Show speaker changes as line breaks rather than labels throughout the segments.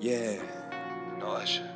Yeah.
No usher.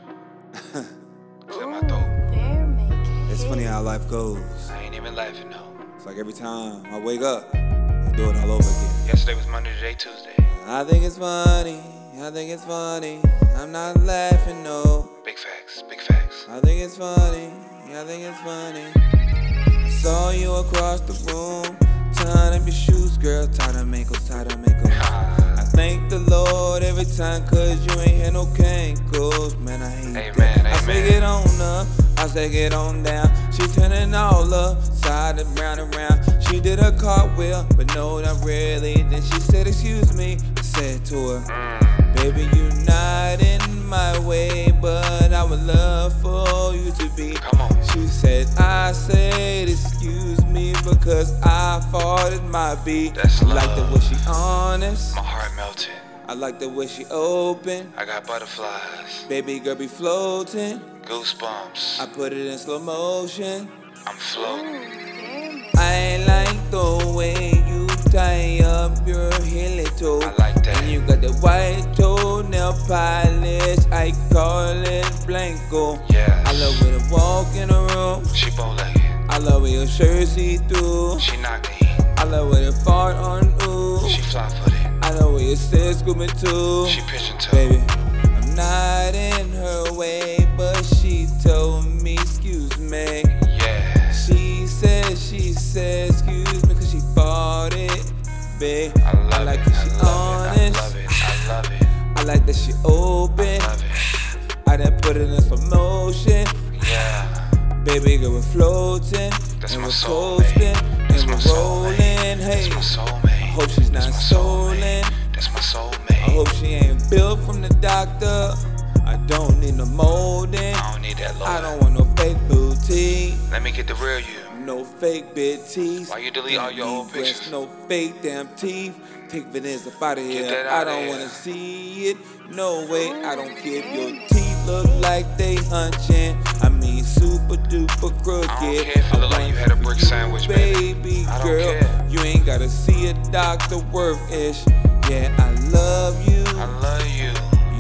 Clear my throat.
Bear make it.
It's funny how life goes.
I ain't even laughing no.
It's like every time I wake up, they do it all over again.
Yesterday was Monday, today Tuesday.
I think it's funny. I think it's funny. I'm not laughing, no.
Big facts, big facts.
I think it's funny. I think it's funny. Saw you across the room. Tying up your shoes, girl. Tied to make 'em, tied to make 'em. I
Ah,
thank the Lord every time, cause you ain't had no cankles. Man, I hate
Amen,
that. I
amen.
say it on up, I say it on down. She turning all up, side and round and round. She did a cartwheel, but no, not really. Then she said, Excuse me. I said to her,
Mm.
Baby, you not in my way, but I would love for you to be.
Come on.
She said, I said, Excuse me, because I farted my beat.
That's
I like the way
love.
she honest.
my heart melted.
I like the way she open.
I got butterflies,
Baby girl be floating. I
goosebumps.
put it in slow motion.
I'm floating.
Bear make
I ain't like the way you tie up your heel toe.
I like that.
And you got the white toenail polish. I call it Blanco.
Yes.
I love when you walk in the room.
She bow legged.
I love when your shirt see through.
She knocking.
I love when you fart on ooh.
She fly footed.
I love when you sit screaming too.
She pigeon toed.
Baby, I'm not in her way, but she told me, excuse me.
Yeah.
She says, she says, excuse me, cause she bought it, babe.
I love
like
it.
that she
I
honest.
love it. I love it.
I like that she open.
I love it. I love
I done put it in slow motion.
it. Yeah.
Baby girl, we're floating.
That's
and
my
we're
soulmate.
coasting.
That's
And
my
we're rolling.
soulmate.
Hey,
That's my soulmate.
I hope she's not
That's my soulmate.
stolen.
That's my
I hope
soulmate.
she ain't built from the doctor. I don't need no molding.
I don't need that low.
I don't want no fake booty,
Let me get the real you.
no fake big teeth.
Why you delete all your
Need
old
breasts,
pictures?
No fake damn teeth. Take Vanessa up out of here.
that
I
outta
don't
here.
wanna see it. No way. I don't care if your teeth look like they hunching. I mean super duper crooked.
care if it look like you had a brick
you,
sandwich,
baby,
baby. I don't
girl.
care.
You ain't gotta see a doctor worth ish. Yeah, I love you.
I love you.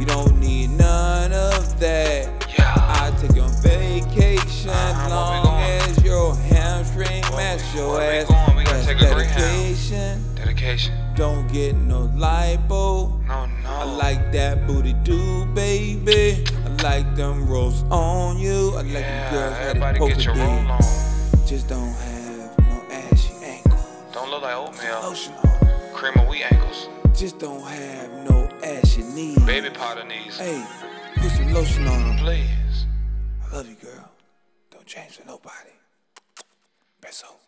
You don't need none of that.
Yeah.
I take you on vacation
Uh-huh, where we
long
going?
as your hamstring
Where
match
we-
your
where we
ass.
going? We gotta
That's
take a Greyhound.
dedication.
Dedication.
Don't get no lipo.
No, no.
I like that booty do, baby. I like them rolls on you. I like
Yeah,
them girls that
everybody get your roll
poker
on.
dick. Just don't have no ashy ankle.
Don't look like oatmeal.
Lotion on.
Cream of wheat ankles.
Just don't have no ashy knees.
Baby powder knees.
Hey, put some lotion on 'em.
Please.
I love you, girl. Don't change for nobody. Beso.